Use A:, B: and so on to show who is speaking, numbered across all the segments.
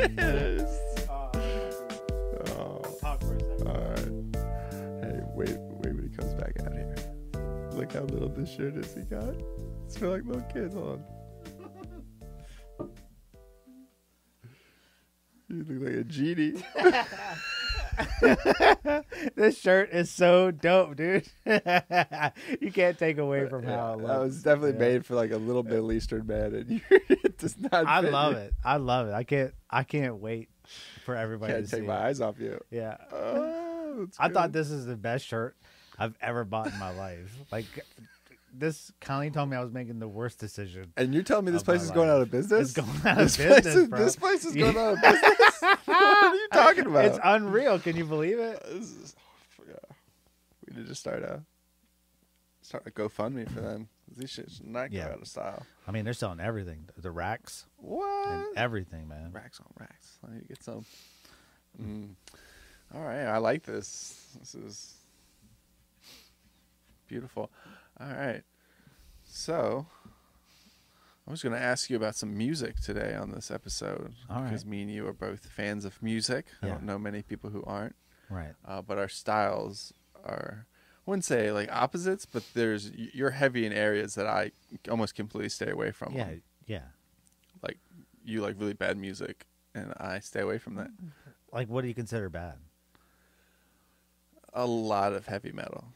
A: Uh,
B: oh,
A: talk for a second.
B: all right. Hey, wait, wait when he comes back out here. Look how little this shirt is he got. It's for like little kids. Hold on. You look like a genie.
C: this shirt is so dope, dude. you can't take away from how I
B: that
C: love.
B: was definitely
C: yeah.
B: made for like a little Middle Eastern man, and it does not.
C: I
B: fit
C: love
B: you.
C: it. I love it. I can't. I can't wait for everybody
B: Can't
C: to see.
B: take my
C: it.
B: eyes off you.
C: Yeah,
B: Oh, that's
C: I thought
B: good.
C: this is the best shirt I've ever bought in my life. Like this, Colleen told me I was making the worst decision.
B: And you're telling me this
C: of my
B: place is going
C: life.
B: out of business?
C: It's going out of
B: this Place
C: business,
B: is,
C: bro.
B: This place is
C: Yeah.
B: going out of business. what are you talking about?
C: It's unreal. Can you believe it?
B: This is- oh, yeah. We need to start a start a GoFundMe for them. These shit should not go
C: Yeah.
B: out of style.
C: I mean, they're selling everything. The racks and
B: What?
C: everything, man.
B: Racks on racks. I need to get some. Mm. All right, I like this. This is beautiful. All right, so I was going to ask you about some music today on this episode
C: All
B: because
C: right.
B: me and you are both fans of music. I
C: Yeah.
B: don't know many people who aren't
C: Right.
B: uh, but our styles are I wouldn't say like opposites, but there's you're heavy in areas that I almost completely stay away from.
C: Yeah. Yeah.
B: like you like really bad music, and I stay away from that.
C: Like, what do you consider bad?
B: A lot of heavy metal,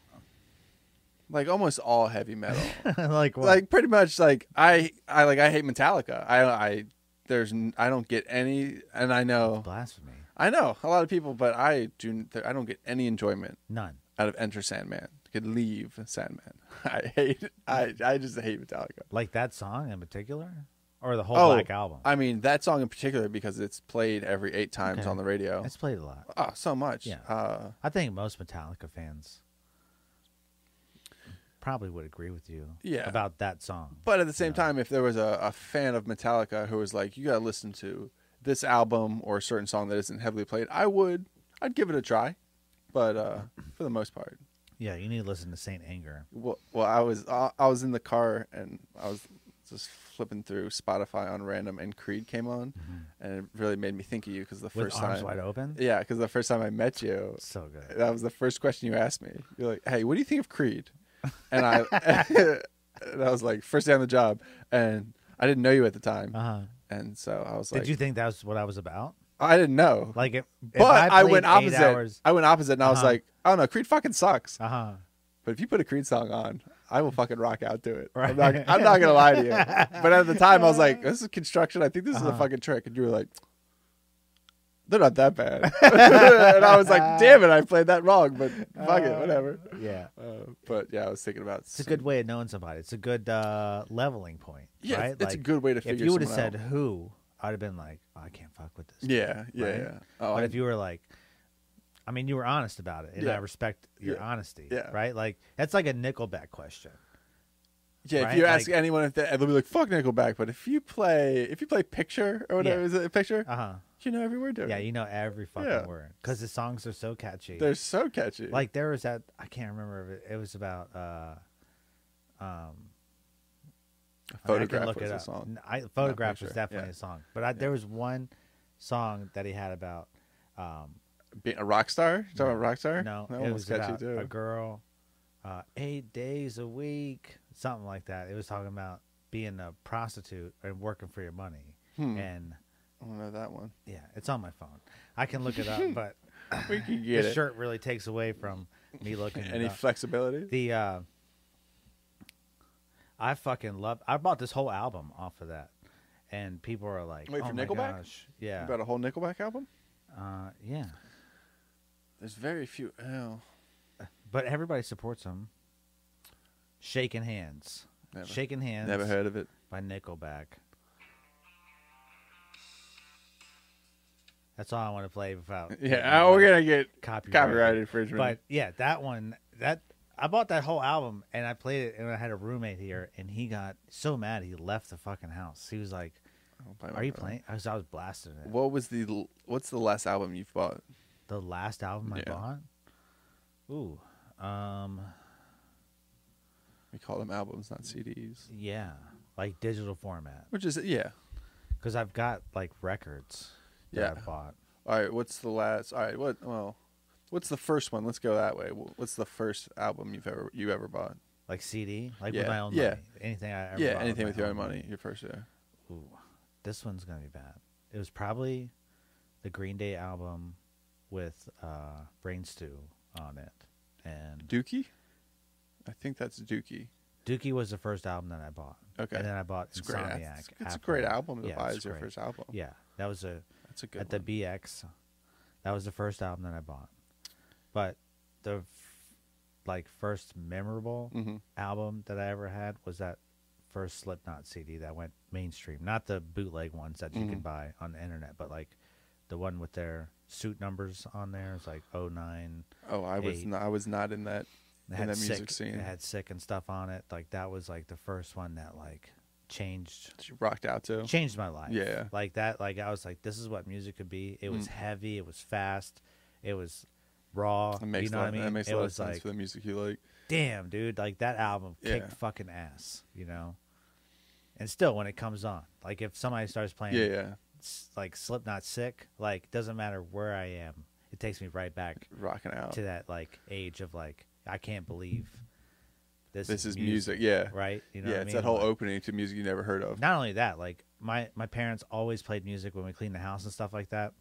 B: like almost all heavy metal,
C: like what?
B: like pretty much like I I like I hate Metallica. I I there's n- I don't get any, and I know
C: blasphemy.
B: I know a lot of people, but I do I don't get any enjoyment
C: None.
B: out of Enter Sandman. Could leave Sandman. I hate. I I just hate Metallica.
C: Like that song in particular, or the whole
B: Oh,
C: Black Album.
B: I mean that song in particular because it's played every eight times
C: Okay.
B: on the radio.
C: it's played a lot.
B: oh, so much.
C: Yeah.
B: Uh,
C: I think most Metallica fans probably would agree with you.
B: Yeah.
C: About that song.
B: but at the same
C: Yeah.
B: time, if there was a, a fan of Metallica who was like, "You gotta listen to this album or a certain song that isn't heavily played," I would. I'd give it a try, but uh, for the most part,
C: Yeah, you need to listen to Saint Anger.
B: Well, well, I was I I was in the car and I was just flipping through Spotify on random, and Creed came on, and it really made me think of you because the
C: With
B: Mm-hmm. first
C: arms
B: time,
C: wide open.
B: yeah, because the first time I met you,
C: So good.
B: that was the first question you asked me. You're like, "Hey, what do you think of Creed?" And I and I was like, first day on the job," and I didn't know you at the time,
C: Uh-huh.
B: and so I was like,
C: Did you think that was what I was about?
B: "I didn't know."
C: Like, if, if
B: but I, went
C: played eight
B: opposite.
C: Hours,
B: I went opposite, and I was
C: Uh-huh.
B: like, "I don't know, Creed fucking sucks."
C: uh huh.
B: But if you put a Creed song on, I will fucking rock out to it. I'm, not,
C: Right.
B: I'm not gonna lie to you. But at the time, I was like, "This is construction. I think this is a
C: Uh-huh.
B: fucking trick." And you were like, "They're not that bad." and I was like, "Damn it, I played that wrong." But fuck it, whatever.
C: Yeah.
B: Uh, but yeah, I was thinking about.
C: It's a good way of knowing somebody. It's a good uh, leveling point.
B: Yeah,
C: right?
B: it's a good way to
C: If
B: figure
C: you would have
B: someone
C: said who, I'd have been like, oh, I can't fuck with this.
B: Yeah, yeah,
C: Right?
B: yeah. Oh,
C: but
B: I-
C: if you were like, I mean, you were honest about it, and I
B: Yeah.
C: respect your
B: Yeah.
C: honesty.
B: Yeah.
C: Right? Like that's like a Nickelback question.
B: yeah, if
C: right,
B: you ask
C: like-
B: anyone, if they, they'll be like, "Fuck Nickelback," but if you play, if you play Picture or whatever
C: Yeah.
B: is it, Picture,
C: Uh huh.
B: you know every word to
C: Yeah,
B: it.
C: you know every fucking
B: Yeah.
C: word because the songs are so catchy.
B: They're so catchy.
C: like there was that I can't remember. If it, it was about. uh um,
B: photograph
C: I can look
B: was
C: it
B: a
C: up.
B: song.
C: N- I, photograph
B: sure.
C: was definitely
B: Yeah.
C: a song, but I, there was one song that he had about. Um,
B: being a rock star? You talking about rock star?
C: no,
B: that
C: it
B: one
C: was
B: was catchy
C: about
B: too.
C: a girl, uh, eight days a week, something like that. It was talking about being a prostitute and working for your money.
B: Hmm.
C: And
B: I don't know that one.
C: yeah, it's on my phone. I can look it up, but
B: We can get
C: the
B: it.
C: shirt really takes away from me looking. it
B: Any
C: up.
B: flexibility?
C: the uh I fucking love I bought this whole album off of that. And people are like,
B: Wait,
C: oh
B: for
C: my
B: Nickelback?
C: gosh, Yeah.
B: About a whole Nickelback album?
C: Uh yeah.
B: There's very few. Oh,
C: But everybody supports them. Shaking hands.
B: Never.
C: Shaking hands
B: never heard of it.
C: by Nickelback. That's all I want to play without
B: Yeah, uh, we're gonna get
C: copyrighted.
B: copyright infringement.
C: But yeah, that one that I bought that whole album and I played it and I had a roommate here and he got so mad he left the fucking house. He was like,
B: I don't blame
C: "Are you
B: myself.
C: playing?" I was, I was blasting it.
B: What was the? l- What's the last album you've bought?
C: The last album I
B: Yeah.
C: bought. Ooh, um,
B: We call them albums, not CDs.
C: yeah, like digital format
B: Which is yeah,
C: because I've got like records that
B: Yeah.
C: I bought.
B: All right, what's the last? All right, what? Well, what's the first one? Let's go that way. Wh- What's the first album you've ever you ever bought?
C: Like CD, like
B: Yeah,
C: with my own
B: yeah.
C: money. Anything I ever
B: yeah,
C: bought
B: anything
C: my
B: with your own money. Your first, yeah.
C: Ooh, this one's gonna be bad. It was probably the Green Day album with uh, Brain Stew on it, and
B: Dookie. I think that's Dookie.
C: Dookie was the first album that I bought.
B: Okay.
C: and then I bought
B: It's a great. al-
C: Insomniac.
B: It's, it's a
C: after
B: great
C: that.
B: album to
C: Yeah,
B: buy
C: it's
B: as your
C: great.
B: first album.
C: Yeah, that was a
B: that's a good.
C: at
B: one.
C: the BX. That was the first album that I bought, but the f- like first memorable
B: Mhm.
C: album that I ever had was that first Slipknot CD that went mainstream, not the bootleg ones that you can
B: Mhm.
C: buy on the internet, but like the one with their suit numbers on there. It's like 09.
B: Oh, I was
C: eight.
B: not, I was not in that.
C: It
B: In
C: had
B: that
C: sick,
B: music scene.
C: It had sick and stuff on it. Like that was like the first one that like changed
B: You rocked out to.
C: changed my life.
B: Oh. Yeah. Mm.
C: Like that, like I was like, this is what music could be. It was heavy, it was fast, it was raw.
B: That makes
C: you know
B: a lot,
C: what I mean?
B: that makes
C: it
B: a lot of
C: was
B: sense
C: like,
B: for the music you like.
C: damn, dude, like that album kicked
B: Yeah.
C: fucking ass, you know? And still when it comes on, like if somebody starts playing
B: Yeah, yeah.
C: s- like Slipknot sick, like doesn't matter where I am, it takes me right back
B: Rocking out.
C: to that like age of like I can't believe this,
B: This is music. Yeah.
C: Right? You know
B: yeah,
C: what I
B: it's
C: mean?
B: that whole
C: Like-
B: opening to music you never heard of.
C: not only that, like my my parents always played music when we cleaned the house and stuff like that,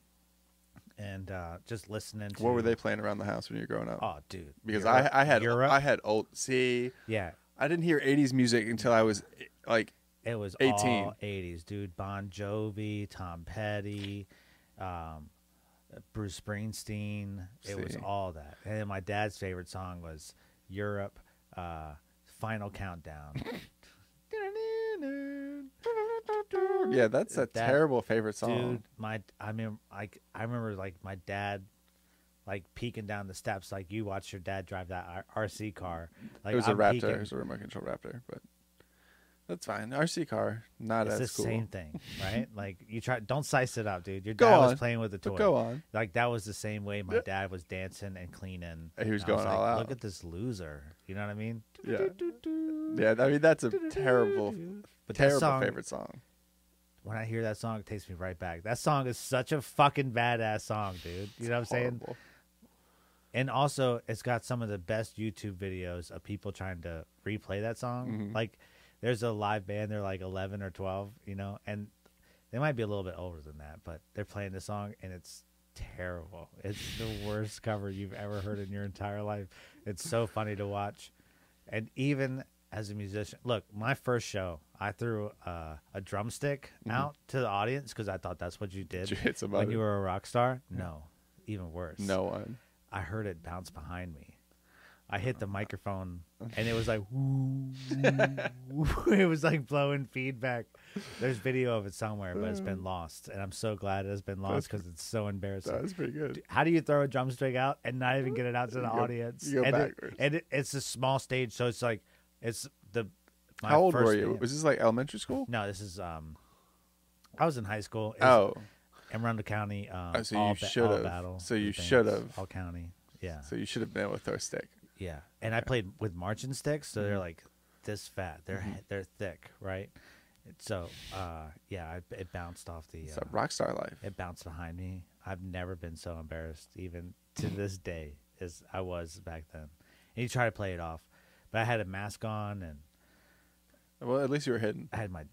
C: and uh, just listening. to...
B: what were they playing around the house when you were growing up?
C: Oh, dude,
B: because
C: Europe-
B: I I had
C: Europe.
B: I had old see
C: yeah,
B: I didn't hear 80s music until I was like
C: it was
B: 18.
C: all eighties, dude. Bon Jovi, Tom Petty, um, Bruce Springsteen. It was
B: See.
C: all that, and then my dad's favorite song was Europe, uh, Final Countdown.
B: yeah, that's a
C: That-
B: terrible favorite song.
C: Dude, my I mean, like I remember like my dad, like peeking down the steps, like you watched your dad drive that R- RC car. Like
B: it was a
C: I'm
B: Raptor,
C: peeking-
B: it was a remote control Raptor, but that's fine. RC car, not
C: It's the
B: as cool.
C: same thing, right? like you try, don't size it up, dude. Your
B: Go
C: dad
B: on,
C: was playing with a toy.
B: But go on.
C: Like that was the same way my
B: Yeah.
C: dad was dancing and cleaning.
B: He was
C: And I
B: going all
C: like,
B: out.
C: Look at this loser. You know what I mean?
B: Yeah. Yeah, I mean that's a terrible,
C: But that
B: terrible
C: song,
B: favorite song.
C: when I hear that song, it takes me right back. That song is such a fucking badass song, dude. You know what I'm saying?
B: Horrible.
C: And also, it's got some of the best YouTube videos of people trying to replay that song.
B: Mhm.
C: Like, there's a live band, they're like 11 or 12, you know, and they might be a little bit older than that, but they're playing the song and it's terrible. It's the worst cover you've ever heard in your entire life. It's so funny to watch. And even as a musician, look, my first show, I threw uh, a drumstick out to the audience because I thought that's what you did
B: Did you hit somebody?
C: when you were a rock star. No, even worse.
B: No one.
C: I heard it bounce behind me. I hit
B: Uh,
C: the microphone and it was like woo, woo. it was like blowing feedback. There's video of it somewhere, but it's been lost, and I'm so glad it has been lost because it's so embarrassing.
B: Uh, That was pretty good.
C: How do you throw a drumstick out and not even get it out to the
B: You go-
C: audience?
B: you go
C: and it,
B: backwards.
C: and it, it's a small stage, so it's like it's the. my
B: How old were
C: first
B: you?
C: band-
B: Was this like elementary school?
C: no, this is um, I was in high school. It was
B: Oh,
C: in Arundel County. Um,
B: Oh, so
C: all
B: you
C: ba- all
B: should've.
C: battle
B: So you
C: and things,
B: should've.
C: all county. Yeah.
B: so you should have been able to throw a stick.
C: Yeah, and I played with marching sticks, so
B: Mm-hmm.
C: they're like this fat. They're they're thick, right? So uh, yeah, I, it bounced off the.
B: It's
C: Uh,
B: a rock star life.
C: it bounced behind me. I've never been so embarrassed, even to this day, as I was back then. And you try to play it off, but I had a mask on and
B: Well, at least you were hidden.
C: I had my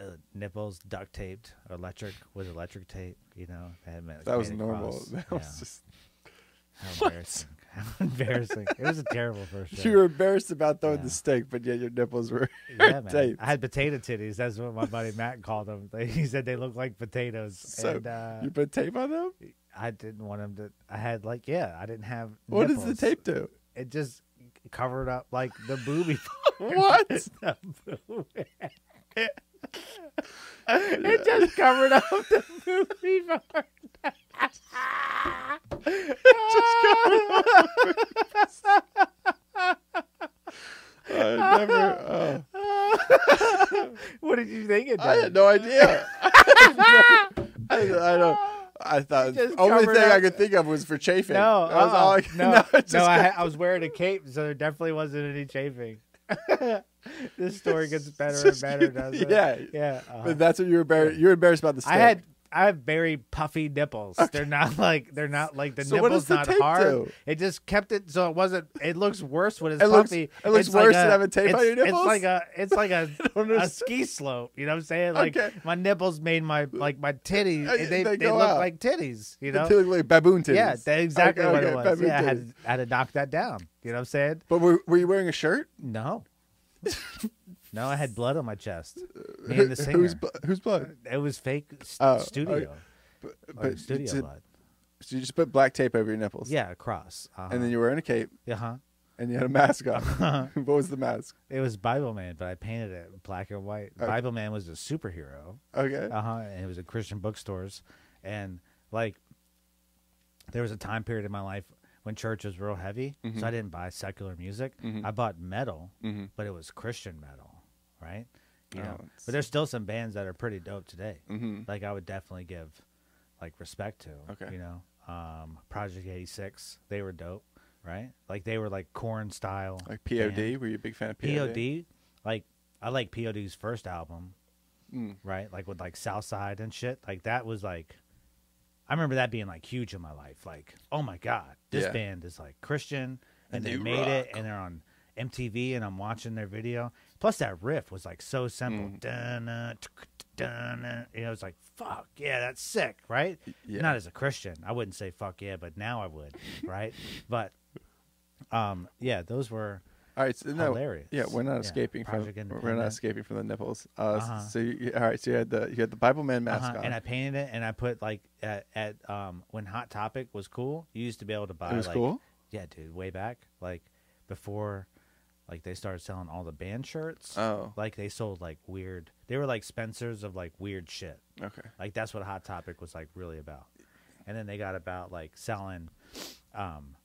C: uh, nipples duct taped, electric with electric tape. You know, I had my-
B: That was
C: made a
B: normal.
C: cross.
B: That
C: Yeah.
B: was just
C: How embarrassing! How embarrassing! It was a terrible first. show.
B: you were embarrassed about throwing
C: Yeah.
B: the stick, but yet your nipples were
C: Yeah, man.
B: taped.
C: I had potato titties. That's what my buddy Matt called them. They- He said they look like potatoes.
B: so
C: and uh,
B: you put tape on them.
C: I didn't want them to. I had like, yeah, I didn't have.
B: What does
C: nipples.
B: the tape do?
C: It just covered up like the booby.
B: What?
C: the booby. it just covered up the booby part.
B: I never. oh.
C: What did you think it did?
B: I had no idea. I, I don't. I thought
C: just
B: only
C: covered
B: thing I
C: up-
B: could think of was for chafing.
C: No,
B: that was all
C: uh-uh.
B: I could,
C: no,
B: no, it
C: no.
B: just
C: I, ha- I was wearing a cape, so there definitely wasn't any chafing. this story gets better and better, doesn't it?
B: Yeah.
C: Yeah. uh-huh.
B: But that's what you're embarrassed. You're embarrassed about the steak.
C: I had I have very puffy nipples. They're not like they're not like the
B: So what does
C: nipples
B: the
C: not
B: tape
C: hard.
B: do?
C: It just kept it so it wasn't. It looks worse when it's
B: It looks-
C: puffy.
B: it looks
C: It's
B: worse
C: like
B: than having tape on
C: it's-
B: your nipples?
C: It's like a it's like a, a
B: understand.
C: ski slope. You know what I'm saying? Like
B: Okay.
C: my nipples made my like my titties.
B: Uh,
C: They they,
B: they go
C: look
B: out.
C: like titties. You know?
B: They look like baboon titties.
C: Yeah, that's exactly
B: Okay,
C: what
B: okay,
C: it was.
B: baboon
C: Yeah, I
B: titties.
C: had, to, I had to knock that down. You know what I'm saying?
B: But were, were you wearing a shirt?
C: No. no, I had blood on my chest. Me and the singer. Uh,
B: Who's bl- who's blood?
C: it was fake st-
B: Oh,
C: studio.
B: But,
C: or oh, studio
B: so-
C: blood.
B: so you just put black tape over your nipples.
C: Yeah, across. Uh-huh.
B: And then you were wearing a cape
C: uh-huh.
B: and you had a mask on. what was the mask?
C: It was Bible Man, but I painted it black and white.
B: Uh,
C: Bible Man was a superhero.
B: Okay.
C: Uh huh. And it was at Christian bookstores. And like, there was a time period in my life when church was real heavy.
B: Mm-hmm.
C: So I didn't buy secular music. I bought metal,
B: Mhm.
C: but it was Christian metal, right? You
B: Oh,
C: know,
B: it's-
C: but there's still some bands that are pretty dope today.
B: Mhm.
C: Like I would definitely give like respect to.
B: Okay.
C: You know, um, Project 86, they were dope, right? Like they were like corn style.
B: Like POD?
C: band.
B: Were you a big fan of POD?
C: POD, like I like POD's first album,
B: Mm.
C: right? Like with like Southside and shit. Like that was like, I remember that being like huge in my life. Like, oh my god, this
B: Yeah.
C: band is like Christian,
B: And
C: and, they,
B: they
C: made it,
B: rock.
C: and they're on MTV, and I'm watching their video. Plus that riff was like so simple.
B: Mm.
C: Dun-na, tuk, dun-na. You know, it's like fuck yeah, that's sick, right?
B: Yeah.
C: Not as a Christian, I wouldn't say fuck yeah, but now I would, right? But um, yeah, those were.
B: All right, so no,
C: Hilarious.
B: yeah, we're not
C: Yeah,
B: escaping from
C: Project
B: we're not
C: Independent.
B: escaping from the nipples. Uh,
C: Uh-huh.
B: So you, all right, so you had the you had the Bible Man mask
C: Uh-huh,
B: on.
C: And I painted it, and I put like at, at um when Hot Topic was cool, you used to be able to buy.
B: it was
C: like,
B: cool.
C: Yeah, dude, way back, like before, like they started selling all the band shirts.
B: Oh,
C: like they sold like weird. They were like Spencers of like weird shit.
B: okay.
C: Like that's what Hot Topic was like really about. And then they got about like selling, um,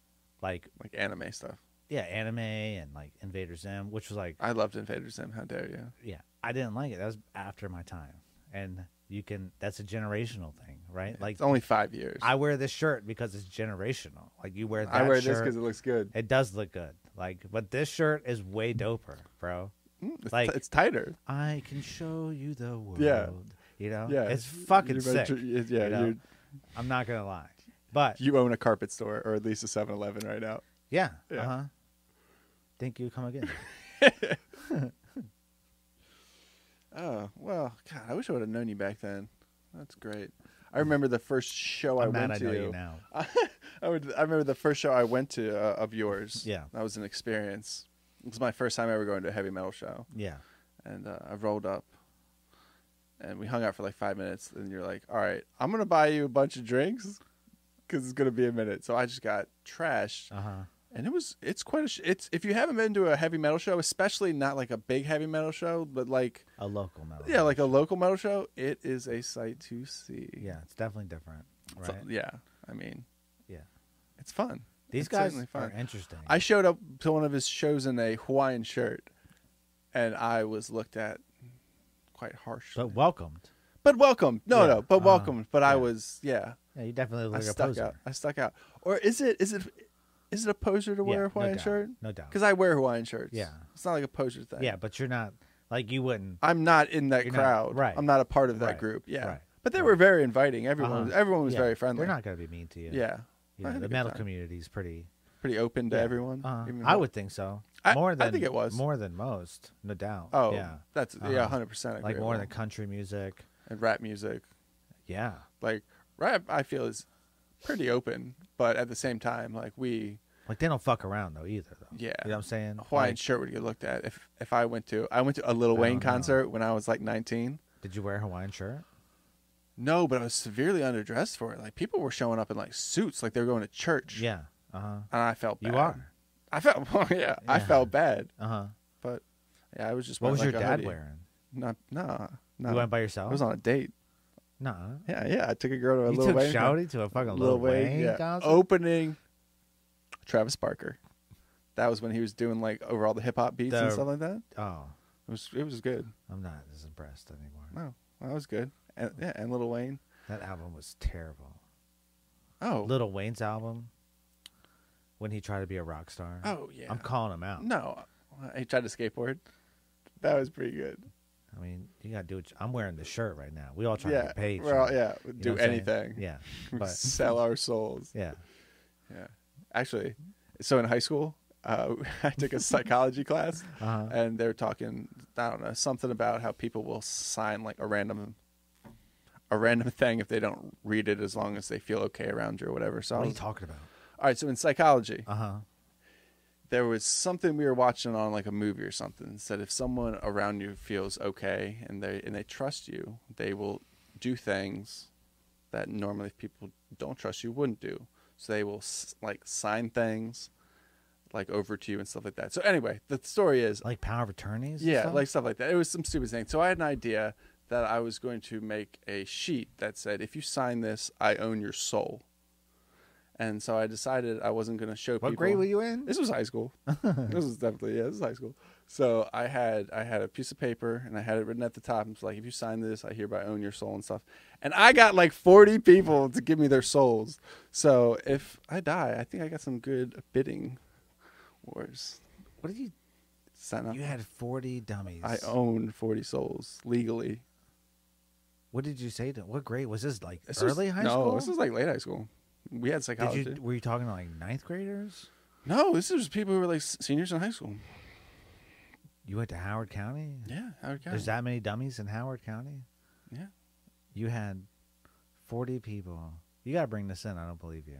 C: like
B: Like anime stuff.
C: yeah, anime and like Invader Zim, which was like
B: I loved Invader Zim. How dare you?
C: yeah, I didn't like it. That was after my time, and you can that's a generational thing, right? Like
B: it's only five years.
C: I wear this shirt because it's generational. Like you wear that
B: I wear this
C: shirt.
B: because it looks good.
C: it does look good. Like, but this shirt is way doper, bro.
B: Mm, it's,
C: like-
B: t- it's tighter.
C: I can show you the world.
B: Yeah.
C: You know?
B: Yeah,
C: It's fucking
B: You're
C: sick.
B: about to- yeah,
C: you know?
B: you're,
C: I'm not gonna lie. But
B: you own a carpet store or at least a 7-Eleven right now.
C: yeah.
B: Yeah.
C: Uh-huh. Think you come again.
B: Oh well, God, I wish I would have known you back then. That's great. I remember the first show I
C: I'm
B: went
C: mad Oh, I
B: to.
C: know you now.
B: I, would, I remember the first show I went to uh, of yours.
C: Yeah.
B: That was an experience. It was my first time ever going to a heavy metal show.
C: Yeah.
B: And uh, I rolled up and we hung out for like five minutes. And you're like, all right, I'm going to buy you a bunch of drinks because it's going to be a minute. So I just got trashed.
C: Uh huh.
B: And it was, it's quite a, sh- it's, if you haven't been to a heavy metal show, especially not like a big heavy metal show, but like,
C: A local metal.
B: yeah, like a local metal show, it is a sight to see.
C: Yeah, it's definitely different.
B: It's a-
C: Right?
B: yeah. I mean,
C: yeah.
B: it's fun.
C: These
B: It's
C: guys
B: certainly fun.
C: are interesting.
B: I showed up to one of his shows in a Hawaiian shirt, and I was looked at quite harshly.
C: but welcomed.
B: But welcomed. No,
C: Yeah,
B: no, but
C: uh,
B: welcomed. But I
C: yeah.
B: was, yeah,
C: Yeah, you definitely
B: I
C: look like a
B: stuck
C: poser.
B: out. I stuck out. Or is it? Is it? Is it a poser to wear
C: Yeah,
B: a Hawaiian
C: no doubt,
B: shirt?
C: No doubt.
B: Because I wear Hawaiian shirts.
C: Yeah.
B: it's not like a poser thing.
C: Yeah, but you're not like you wouldn't.
B: I'm not in that
C: You're not-
B: crowd.
C: right.
B: I'm not a part of that
C: Right,
B: group. Yeah,
C: right,
B: but they
C: right.
B: were very inviting. Everyone,
C: Uh-huh.
B: was, everyone was
C: Yeah,
B: very friendly.
C: They're not going to be mean to you.
B: Yeah,
C: You
B: I
C: know,
B: had a
C: the
B: good
C: metal
B: time.
C: community is pretty.
B: pretty open to
C: yeah.
B: everyone.
C: Uh,
B: even
C: I
B: more-
C: would think so.
B: I-
C: more
B: I
C: than
B: think it was.
C: more than most, no doubt.
B: Oh,
C: yeah,
B: that's yeah,
C: Uh-huh.
B: 100. percent
C: like more than country music.
B: and rap music.
C: Yeah,
B: Like rap, I feel is pretty open, but at the same time, like we
C: like they don't fuck around though either. Though.
B: Yeah.
C: you know what I'm saying.
B: a Hawaiian
C: Like,
B: shirt would get looked at if if I went to I went to a Little
C: I
B: Wayne
C: don't know.
B: concert when I was like 19.
C: did you wear a Hawaiian shirt?
B: No, but I was severely underdressed for it. Like people were showing up in like suits, like they were going to church.
C: Yeah. Uh huh.
B: and I felt bad.
C: You are.
B: I felt well, yeah, I
C: Yeah.
B: felt bad,
C: Uh huh.
B: but yeah, I was just
C: What was
B: wearing,
C: your
B: like, a
C: dad
B: hoodie.
C: wearing?
B: Not nah, nah.
C: You went by yourself.
B: I was on a date.
C: Nuh-uh.
B: Yeah, yeah. I took a girl to a
C: You
B: Little
C: took
B: Wayne. con-
C: Shouty to a fucking Lil, Wayne,
B: yeah. Oh.
C: concert?
B: Opening Travis Barker. That was when he was doing like over all the hip hop beats
C: The-
B: and stuff like that.
C: oh,
B: It was it was good.
C: I'm not as impressed anymore.
B: No, that was good. And yeah, and Little Wayne.
C: That album was terrible.
B: Oh,
C: Little Wayne's album when he tried to be a rock star.
B: oh yeah.
C: I'm calling him out.
B: no, He tried to skateboard. That was pretty good.
C: I mean, you gotta do it. I'm wearing the shirt right now. We all trying to
B: yeah,
C: get paid.
B: we're all-
C: so-
B: yeah,
C: you know
B: do
C: what I'm saying?
B: anything.
C: Yeah, but
B: Sell our souls.
C: yeah,
B: Yeah. Actually, so in high school, uh, I took a psychology class,
C: uh-huh.
B: and they were talking, I don't know, something about how people will sign like a random, a random thing if they don't read it as long as they feel okay around you or whatever. So, I
C: What are you
B: was-
C: talking about?
B: all right. So in psychology,
C: Uh huh.
B: there was something we were watching on like a movie or something. It Said if someone around you feels okay and they and they trust you, they will do things that normally if people don't trust you wouldn't do. So they will s- like sign things like over to you and stuff like that. So anyway, the story is
C: Like power of attorneys. and
B: yeah,
C: stuff?
B: like stuff like that. It was some stupid thing. So I had an idea that I was going to make a sheet that said, "If you sign this, I own your soul." And so I decided I wasn't going to show
C: What
B: people.
C: grade were you in?
B: This was high school. this was definitely yeah, this was high school. So I had I had a piece of paper and I had it written at the top. It's like if you sign this, I hereby own your soul and stuff. And I got like forty people to give me their souls. So if I die, I think I got some good bidding wars.
C: What did you?
B: Sign up.
C: You had forty dummies.
B: I own forty souls legally.
C: What did you say to? What grade was this? Like
B: This was-
C: early high
B: no,
C: school?
B: this was like late high school. We had psychology.
C: Did you? Were you talking to like ninth graders?
B: No, this was people who were like s- seniors in high school.
C: You went to Howard County.
B: Yeah, Howard County.
C: There's that many dummies in Howard County.
B: Yeah.
C: You had forty people. You gotta bring this in. I don't believe you.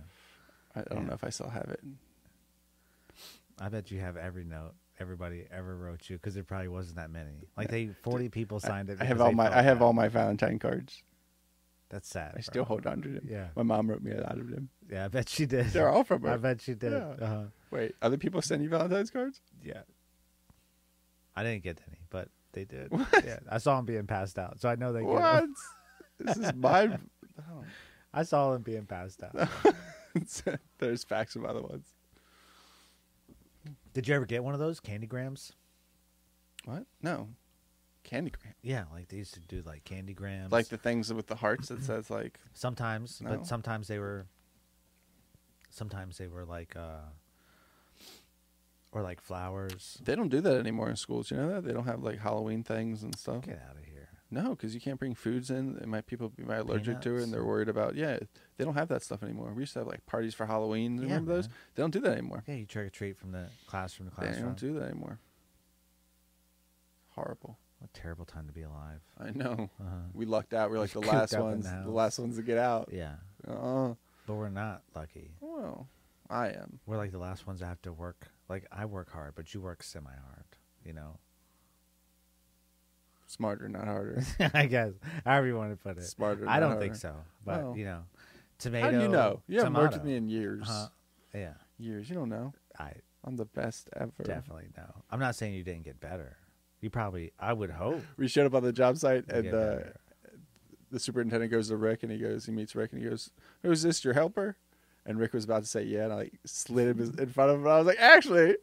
B: I don't
C: Yeah.
B: know if I still have it.
C: I bet you have every note everybody ever wrote you because there probably wasn't that many. Like they forty people signed it.
B: I have
C: because
B: all
C: they
B: my
C: felt
B: I have
C: bad.
B: all my Valentine cards.
C: That's sad.
B: I still
C: bro.
B: hold on to them.
C: Yeah.
B: My mom wrote me a lot of them.
C: Yeah, I bet she did.
B: They're all from her.
C: I bet she did.
B: Yeah.
C: Uh-huh.
B: Wait, other people send you Valentine's cards?
C: Yeah. I didn't get any, but they did. Yeah, I saw them being passed out, so I know they. get 'em.
B: What? this is my. Oh.
C: I saw them being passed out.
B: There's facts of other ones.
C: did you ever get one of those candy grams?
B: What? No. Candy gram.
C: Yeah, like they used to do like candy grams.
B: Like the things with the hearts that says like
C: sometimes,
B: No.
C: but sometimes they were. Sometimes they were like, uh or like flowers.
B: they don't do that anymore in schools. You know that they don't have like Halloween things and stuff.
C: Get out of here.
B: No, because you can't bring foods in. It might people be might allergic to it,
C: Peanuts.
B: and they're worried about. Yeah, they don't have that stuff anymore. We used to have like parties for Halloween.
C: Yeah,
B: Remember those?
C: man.
B: They don't do that anymore.
C: Yeah, you trick or treat from the classroom to
B: They
C: classroom.
B: don't do that anymore. Horrible.
C: What a terrible time to be alive.
B: I know.
C: Uh-huh.
B: We lucked out. We're like the
C: Cooped
B: last
C: up in
B: ones.
C: the
B: The,
C: house.
B: last ones to get out.
C: Yeah,
B: Uh,
C: but we're not lucky.
B: well, I am.
C: We're like the last ones that have to work. Like I work hard, but you work semi hard. You know.
B: Smarter, not harder.
C: I guess however you want to put it.
B: Smarter.
C: I
B: not
C: don't
B: harder.
C: think so, but
B: Well,
C: you know, tomato.
B: How do you know? You haven't worked with
C: tomato.
B: me in years.
C: Uh-huh. Yeah,
B: Years. You don't know.
C: I
B: I'm the best ever.
C: definitely know. I'm not saying you didn't get better. You probably, I would hope.
B: We showed up on the job site,
C: you
B: and
C: get
B: uh,
C: better.
B: the superintendent goes to Rick, and he goes, he meets Rick, and he goes, "Who's this? Your helper?" And Rick was about to say, "Yeah," and I like, slid him in front of him, and I was like, "Actually,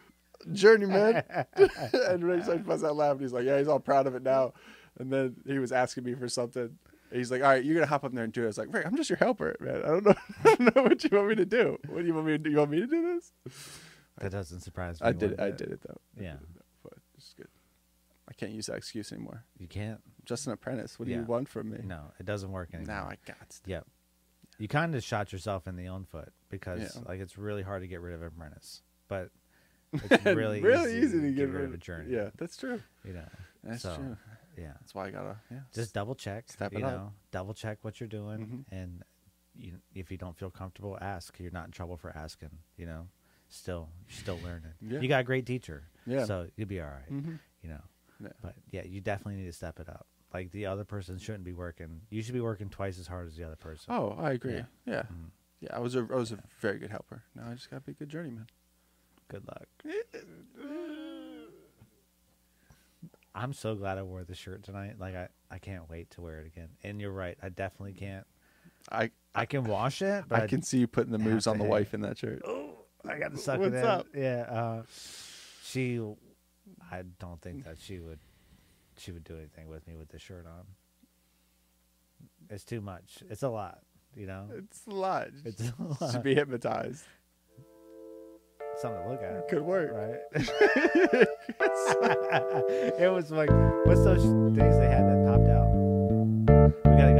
B: journeyman." and Rick starts busting out laughing. He's like, "Yeah, he's all proud of it now." And then he was asking me for something. He's like, "All right, you're gonna hop up there and do it." I was like, "Rick, I'm just your helper, man. I don't know, I don't know what you want me to do. What do you want me to do? You want me to do this?"
C: that doesn't surprise me.
B: uh, I did. It,
C: one
B: I
C: bit.
B: did it though. I
C: Yeah.
B: did it, though. but it's good. I can't use that excuse anymore.
C: You can't.
B: I'm just an apprentice. What do
C: Yeah.
B: you want from me?
C: No, it doesn't work anymore.
B: Now I got. to.
C: Yep. You kind of shot yourself in the own foot because
B: Yeah.
C: like it's really hard to get rid of apprentice, but it's really
B: really easy, to
C: get, rid of a journey.
B: Yeah, that's true.
C: You know.
B: That's
C: So,
B: true.
C: Yeah.
B: That's why I gotta. Yeah.
C: Just double check.
B: Step
C: you
B: it
C: know,
B: up. Mm-hmm.
C: double check what you're doing, and you, if you don't feel comfortable, ask. You're not in trouble for asking. You know, still you're still learning.
B: Yeah.
C: You got a great teacher.
B: Yeah.
C: So you'll be all right,
B: Mhm.
C: You know.
B: Yeah.
C: But yeah, you definitely need to step it up. Like the other person shouldn't be working. You should be working twice as hard as the other person.
B: Oh, I agree. Yeah.
C: Yeah.
B: Yeah.
C: Mhm.
B: I was a I was a very good helper. Now I just gotta be a good journeyman.
C: Good luck. I'm so glad I wore the shirt tonight. Like I, I can't wait to wear it again. And you're right, I definitely can't.
B: I
C: I can wash it, but
B: I can see you putting the moves
C: have
B: on
C: to Oh.
B: the
C: hang.
B: wife in that shirt.
C: I got to suck
B: What's
C: it in.
B: up?
C: Yeah, uh, she. I don't think that she would. She would do anything with me with the shirt on. It's too much. It's a lot. You know.
B: It's a lot.
C: It's a
B: Should
C: lot.
B: be hypnotized.
C: something to look at,
B: Good work.
C: right? it was like, what's those things they had that popped out? We gotta go.